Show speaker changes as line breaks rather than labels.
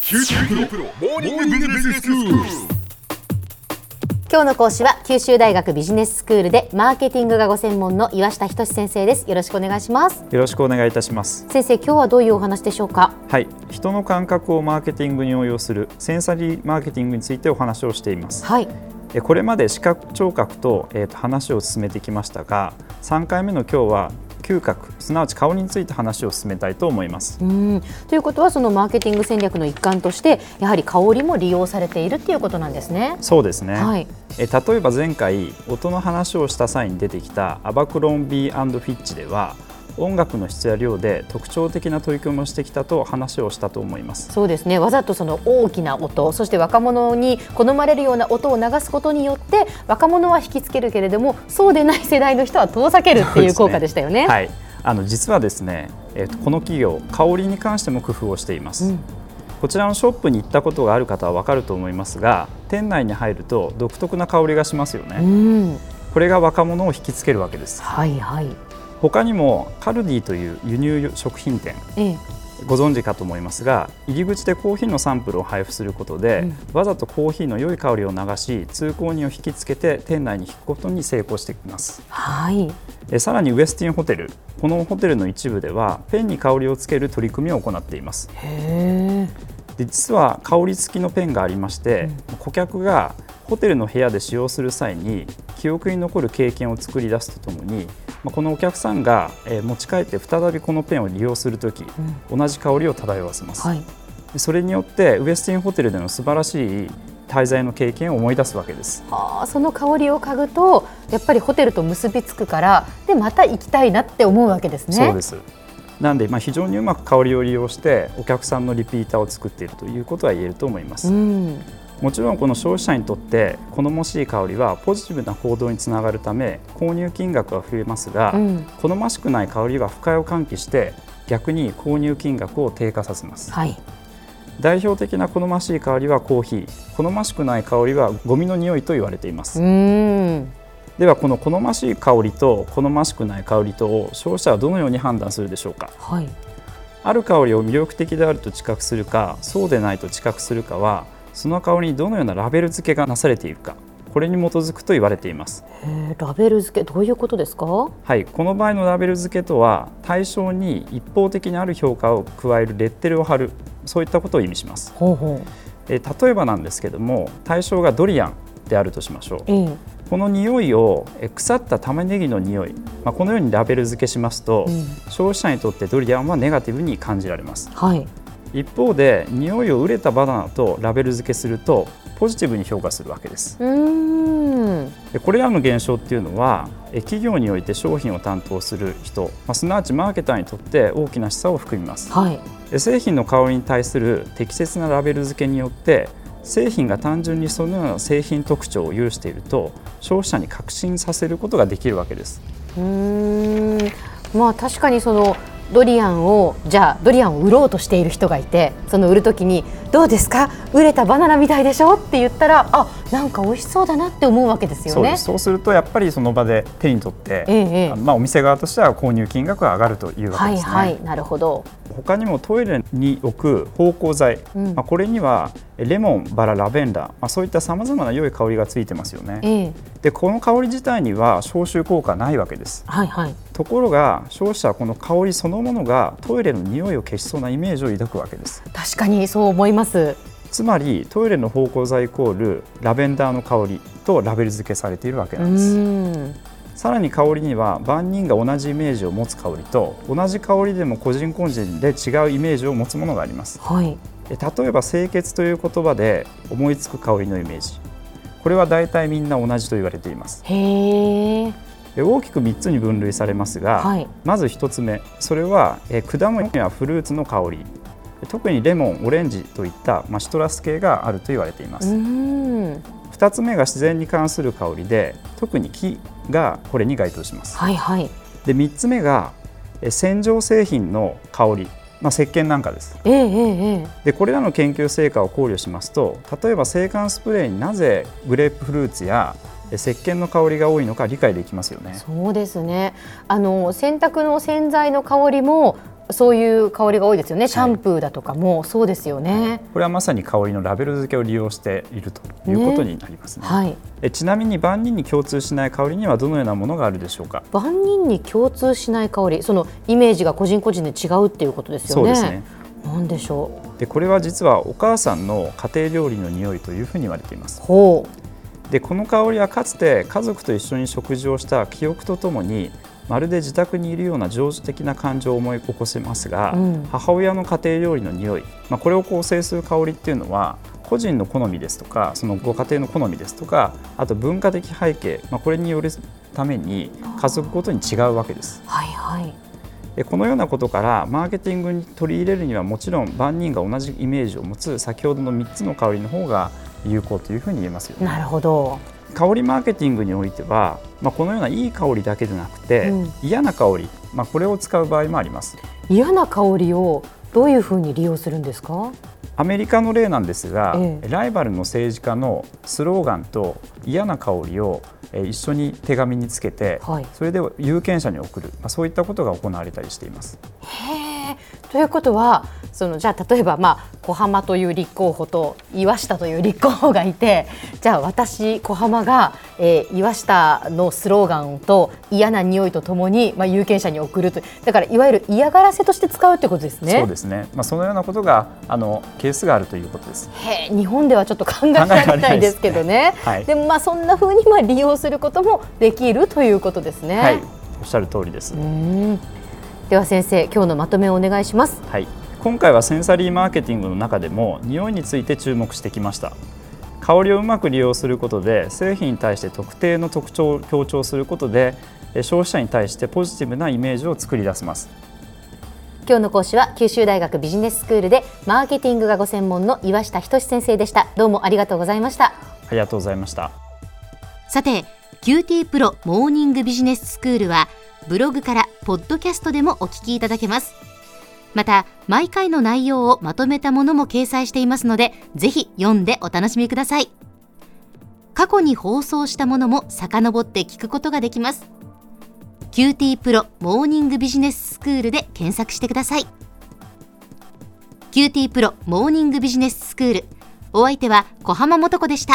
九州大学ビジネススクール。
今日の講師は九州大学ビジネススクールでマーケティングがご専門の岩下仁先生ですよろしくお願いします
よろしくお願いいたします
先生今日はどういうお話でしょうか
はい人の感覚をマーケティングに応用するセンサリーマーケティングについてお話をしています
はい
えこれまで視覚聴覚と,、えーと話を進めてきましたが3回目の今日は嗅覚すなわち香りについて話を進めたいと思います
うんということはそのマーケティング戦略の一環としてやはり香りも利用されているっていうことなんですね
そうですね、
はい
え例えば前回音の話をした際に出てきたアバクロンビーフィッチでは音楽の質や量で特徴的な取り組みをしてきたと話をしたと思います
そうですねわざとその大きな音そして若者に好まれるような音を流すことによって若者は引きつけるけれどもそうでない世代の人は遠ざけるっていう効果でしたよね
はい、あの実はですね、えーとこの企業香りに関しても工夫をしています、こちらのショップに行ったことがある方はわかると思いますが店内に入ると独特な香りがしますよね、
うん
これが若者を引きつけるわけです
はいはい
他にもカルディという輸入食品店
ええ
ご存知かと思いますが入り口でコーヒーのサンプルを配布することで、わざとコーヒーの良い香りを流し通行人を引きつけて店内に引くことに成功しています
はい
えさらにウェスティンホテルこのホテルの一部ではペンに香りをつける取り組みを行っています
へえ
で実は香り付きのペンがありまして、顧客がホテルの部屋で使用する際に記憶に残る経験を作り出すとともに、まあこのお客さんが、えー持ち帰って再びこのペンを利用するとき、同じ香りを漂わせます、
はい
でそれによってウェスティンホテルでの素晴らしい滞在の経験を思い出すわけです
あーその香りを嗅ぐとやっぱりホテルと結びつくからでまた行きたいなって思うわけですね。
そうですすなんで、まあ、非常にうまく香りを利用してお客さんのリピーターを作っているということは言えると思います、
ん、
もちろんこの消費者にとって好ましい香りはポジティブな行動につながるため購入金額は増えますが、
うん
好ましくない香りは不快を喚起して逆に購入金額を低下させます
はい
代表的な好ましい香りはコーヒー好ましくない香りはゴミの匂いと言われています、
うん
ではこの好ましい香りと好ましくない香りとを消費者はどのように判断するでしょうか
はい
ある香りを魅力的であると知覚するかそうでないと知覚するかはその香りにどのようなラベル付けがなされているかこれに基づくと言われています
えーラベル付けどういうことですか
はいこの場合のラベル付けとは対象に一方的にある評価を加えるレッテルを貼るそういったことを意味します
ほうほう
えー例えばなんですけども対象がドリアンであるとしましょう
ええ
この匂いをえー腐った玉ねぎの匂い、まあ、このようにラベル付けしますと、
うん
消費者にとってドリアンはネガティブに感じられます
はい
一方で匂いを憂れたバナナとラベル付けするとポジティブに評価するわけです
うん
でこれらの現象っていうのはえ企業において商品を担当する人、まあ、すなわちマーケターにとって大きな示唆を含みます
はい
で製品の香りに対する適切なラベル付けによって製品が単純にそのような製品特徴を有していると消費者に確信させることができるわけです
うんまあ確かにそのドリアンをじゃあドリアンを売ろうとしている人がいてその売るときにどうですか売れたバナナみたいでしょって言ったらあなんか美味しそうだなって思うわけですよ
そうで
ね
す。そうするとやっぱりその場で手に取って、
ええええ
あのまあ、お店側としては購入金額が上がるというわけ
は
で
い
すね。
はい、なるほど。
他にもトイレに置く芳香剤、
うん
まあ、これにはえレモンバララベンダー、まあ、そういったさまざまな良い香りがついてますよね
ええ、
でこの香り自体には消臭効果ないわけです
はいはい。
ところが消費者はこの香りそのものがトイレの匂いを消しそうなイメージを抱くわけです
確かにそう思います。
つまりトイレの芳香剤イコールラベンダーの香りとラベル付けされているわけ
う
なんです
ん。
さらに香りには万人が同じイメージを持つ香りと同じ香りでも個人個人で違うイメージを持つものがあります
はい。
え例えば清潔という言葉で思いつく香りのイメージこれは大体みんな同じと言われています
へえ。
え大きく3つに分類されますが、
はい
まず1つ目それはえ果物やフルーツの香り特にレモンオレンジといった、まあ、シトラス系があると言われていま
う
す、
ん。
2つ目が自然に関する香りで特に木がこれに該当します
はいはい。
で3つ目がえ洗浄製品の香り、まあ、石鹸なんかです
ええええええ。
でこれらの研究成果を考慮しますと例えば制汗スプレーになぜグレープフルーツやえ石鹸の香りが多いのか理解できますよね
そうですね。あの洗濯の洗剤の香りもそういう香りが多いですよねシャンプーだとかもそうですよね、
これはまさに香りのラベル付けを利用しているということになりますね。
はい
えちなみに万人に共通しない香りにはどのようなものがあるでしょうか。
万人に共通しない香りそのイメージが個人個人で違うっていうことですよね
そうですね
なんでしょ
でこれは実はお母さんの家庭料理の匂いというふうに言われていま
う
す。
ほ
でこの香りはかつて家族と一緒に食事をした記憶とともにまるで自宅にいるような情緒的な感情を思い起こせますが、
うん
母親の家庭料理の匂い、まあ、これを構成する香りっていうのは個人の好みですとかそのご家庭の好みですとかあと文化的背景、まあ、これによるために家族ごとに違うわけです
う。はいはい
でこのようなことからマーケティングに取り入れるにはもちろん万人が同じイメージを持つ先ほどの3つの香りの方が有効というふうに言えますよね。
なるほど
香りマーケティングにおいては、まあ、このようないい香りだけでなくて、
うん
嫌な香り、まあ、これを使う場合もあります
嫌な香りをどういうふうに利用するんですか
アメリカの例なんですが、
ええ
ライバルの政治家のスローガンと嫌な香りをえー一緒に手紙につけて、
はい
それで有権者に送る、まあ、そういったことが行われたりしています
へーということはそのじゃあ例えば、まあ、小浜という立候補と岩下という立候補がいて じゃあ私小浜が、えー岩下のスローガンと嫌な匂いとともに、まあ、有権者に送るとだからいわゆる嫌がらせとして使うということですね。
そうですね、まあ、そのようなことがあのケースがあるということです
へー日本ではちょっと考えられないですけどね。
考えられないですねはい
でもまあそんな風にまあ利用することもできるということですね。
はい、おっしゃる通りです、
うんでは先生今日のまとめをお願いします。
はい、今回はセンサリーマーケティングの中でも匂いについて注目してきました香りをうまく利用することで製品に対して特定の特徴を強調することでえ消費者に対してポジティブなイメージを作り出せます
今日の講師は九州大学ビジネススクールでマーケティングがご専門の岩下仁先生でしたどうもありがとうございました
ありがとうございました
さて QT プロモーニングビジネススクールはブログからポッドキャストでもお聞きいただけますまた毎回の内容をまとめたものも掲載していますのでぜひ読んでお楽しみください過去に放送したものも遡って聞くことができます QT プロモーニングビジネススクールで検索してください QT プロモーニングビジネススクールお相手は小浜もとこでした